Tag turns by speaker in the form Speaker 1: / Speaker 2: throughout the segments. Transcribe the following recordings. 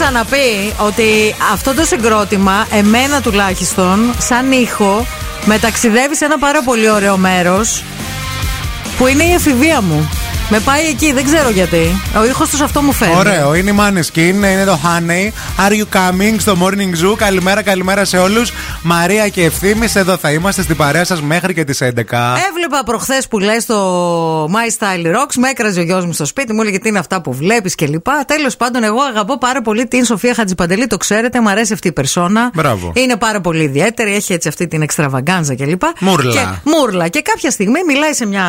Speaker 1: ξαναπεί ότι αυτό το συγκρότημα, εμένα τουλάχιστον, σαν ήχο, με ταξιδεύει σε ένα πάρα πολύ ωραίο μέρος που είναι η εφηβεία μου. Με πάει εκεί, δεν ξέρω γιατί. Ο ήχος τους αυτό μου φέρνει.
Speaker 2: Ωραίο, είναι η Maneskin, είναι το Honey. Are you coming στο Morning Zoo? Καλημέρα, καλημέρα σε όλους. Μαρία και ευθύνη, εδώ θα είμαστε στην παρέα σας μέχρι και τις 11.
Speaker 1: Έβλεπα προχθές που λες το My Style Rocks, με έκραζε ο γιος μου στο σπίτι, μου έλεγε τι είναι αυτά που βλέπεις κλπ. Τέλος πάντων, εγώ αγαπώ πάρα πολύ την Σοφία Χατζιπαντελή, το ξέρετε, μου αρέσει αυτή η περσόνα.
Speaker 2: Μπράβο.
Speaker 1: Είναι πάρα πολύ ιδιαίτερη, έχει έτσι αυτή την εξτραβαγκάνζα κλπ.
Speaker 2: Μούρλα.
Speaker 1: Και, μούρλα. Και κάποια στιγμή μιλάει σε μια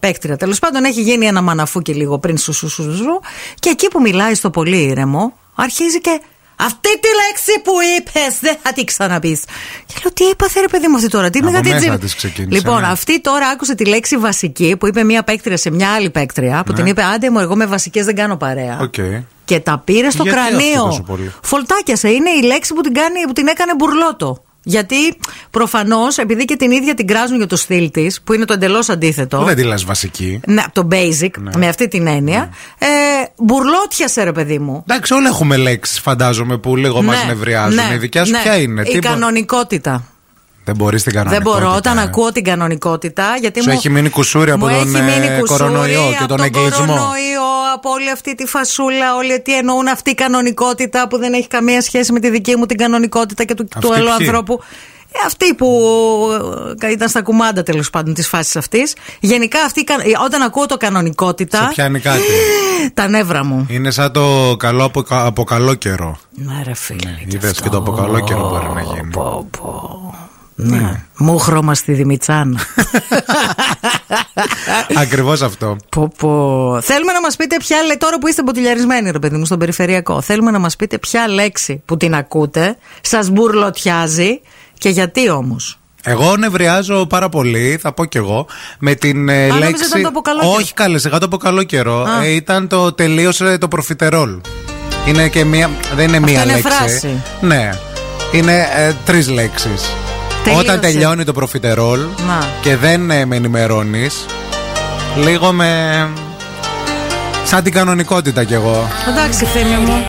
Speaker 1: παίκτρια τέλος πάντων, έχει γίνει ένα μαναφούκι λίγο πριν σου, σου, σου, σου, Και εκεί που μιλάει στο πολύ ήρεμο, αρχίζει και. Αυτή τη λέξη που είπες, δεν θα την ξαναπείς. Και λέω, τι είπα, ρε παιδί μου αυτή τώρα. Τι
Speaker 2: Από
Speaker 1: μεγατή
Speaker 2: μέσα
Speaker 1: τζιμ-
Speaker 2: της ξεκίνησε,
Speaker 1: Λοιπόν,
Speaker 2: ναι.
Speaker 1: αυτή τώρα άκουσε τη λέξη βασική που είπε μία παίκτρια σε μια άλλη παίκτρια. Που την είπε, άντε μου, εγώ με βασικές δεν κάνω παρέα.
Speaker 2: Ναι. Οκ.
Speaker 1: Και τα πήρε στο
Speaker 2: Γιατί αυτό τόσο
Speaker 1: κρανίο.
Speaker 2: πολύ?
Speaker 1: Φολτάκιασε. Είναι η λέξη που την, κάνει, που την έκανε μπουρλότο. Γιατί προφανώς, επειδή και την ίδια την κράζουν για το στυλ της, που είναι το εντελώς αντίθετο.
Speaker 2: Δεν τη λες βασική.
Speaker 1: Ναι, από το basic, με αυτή την έννοια.
Speaker 2: Ναι.
Speaker 1: Ε, μπουρλότιασε, ρε παιδί μου.
Speaker 2: Εντάξει, όλα έχουμε λέξεις, φαντάζομαι, που λίγο μας
Speaker 1: Ναι,
Speaker 2: νευριάζουν.
Speaker 1: ναι,
Speaker 2: η δικιά σου
Speaker 1: ναι.
Speaker 2: ποια είναι,
Speaker 1: Η
Speaker 2: μπο-
Speaker 1: κανονικότητα.
Speaker 2: Δεν μπορείς την
Speaker 1: Δεν
Speaker 2: κανονικότητα.
Speaker 1: μπορώ όταν
Speaker 2: ε.
Speaker 1: ακούω την κανονικότητα. Γιατί
Speaker 2: Σου
Speaker 1: μου
Speaker 2: έχει μείνει κουσούρι από
Speaker 1: μου
Speaker 2: τον,
Speaker 1: έχει
Speaker 2: ε,
Speaker 1: μείνει κουσούρι
Speaker 2: κορονοϊό και
Speaker 1: από
Speaker 2: τον εγκλισμό.
Speaker 1: κορονοϊό, από όλη αυτή τη φασούλα, όλη τι εννοούν αυτή η κανονικότητα που δεν έχει καμία σχέση με τη δική μου την κανονικότητα και του,
Speaker 2: Αυτή
Speaker 1: του άλλου
Speaker 2: ποιοι?
Speaker 1: ανθρώπου. Ε, αυτή που ε, ήταν στα κουμάντα τέλος πάντων της φάσης αυτής. Γενικά αυτή, η κα- ε, όταν ακούω το
Speaker 2: Σε
Speaker 1: κανονικότητα,
Speaker 2: πιάνει κάτι.
Speaker 1: τα νεύρα μου.
Speaker 2: Είναι σαν το καλό από, από καλό καιρό.
Speaker 1: Ναι, ρε φίλε. κι
Speaker 2: Είδες
Speaker 1: αυτό.
Speaker 2: Ε, και το από καλό καιρό μπορεί να γίνει.
Speaker 1: Πω, πω. Ναι. Μου χρώμα στη Δημητσάνα.
Speaker 2: Ακριβώς αυτό.
Speaker 1: πω, πω. Θέλουμε να μας πείτε ποια λέξη. Τώρα που είστε μποτιλιαρισμένοι, ρε παιδί μου, στον περιφερειακό, θέλουμε να μας πείτε ποια λέξη που την ακούτε σας μπουρλωτιάζει και γιατί όμως.
Speaker 2: Εγώ νευριάζω πάρα πολύ, θα πω κι εγώ, με την ε,
Speaker 1: νόμιζα
Speaker 2: λέξη.
Speaker 1: ήταν το από καλό καιρό.
Speaker 2: Όχι, καλέ, σιγά το από καλό καιρό.
Speaker 1: Α.
Speaker 2: Ε, ήταν το τελείωσε το προφιτερόλ. Είναι και μία. Δεν είναι μία
Speaker 1: είναι
Speaker 2: λέξη.
Speaker 1: φράση.
Speaker 2: Ναι. Είναι ε, τρεις λέξεις.
Speaker 1: Τελείωσε.
Speaker 2: Όταν τελειώνει το προφιτερόλ
Speaker 1: Να.
Speaker 2: και δεν ε, με ενημερώνεις, λίγο με. σαν την κανονικότητα κι εγώ.
Speaker 1: Εντάξει, φίλε μου.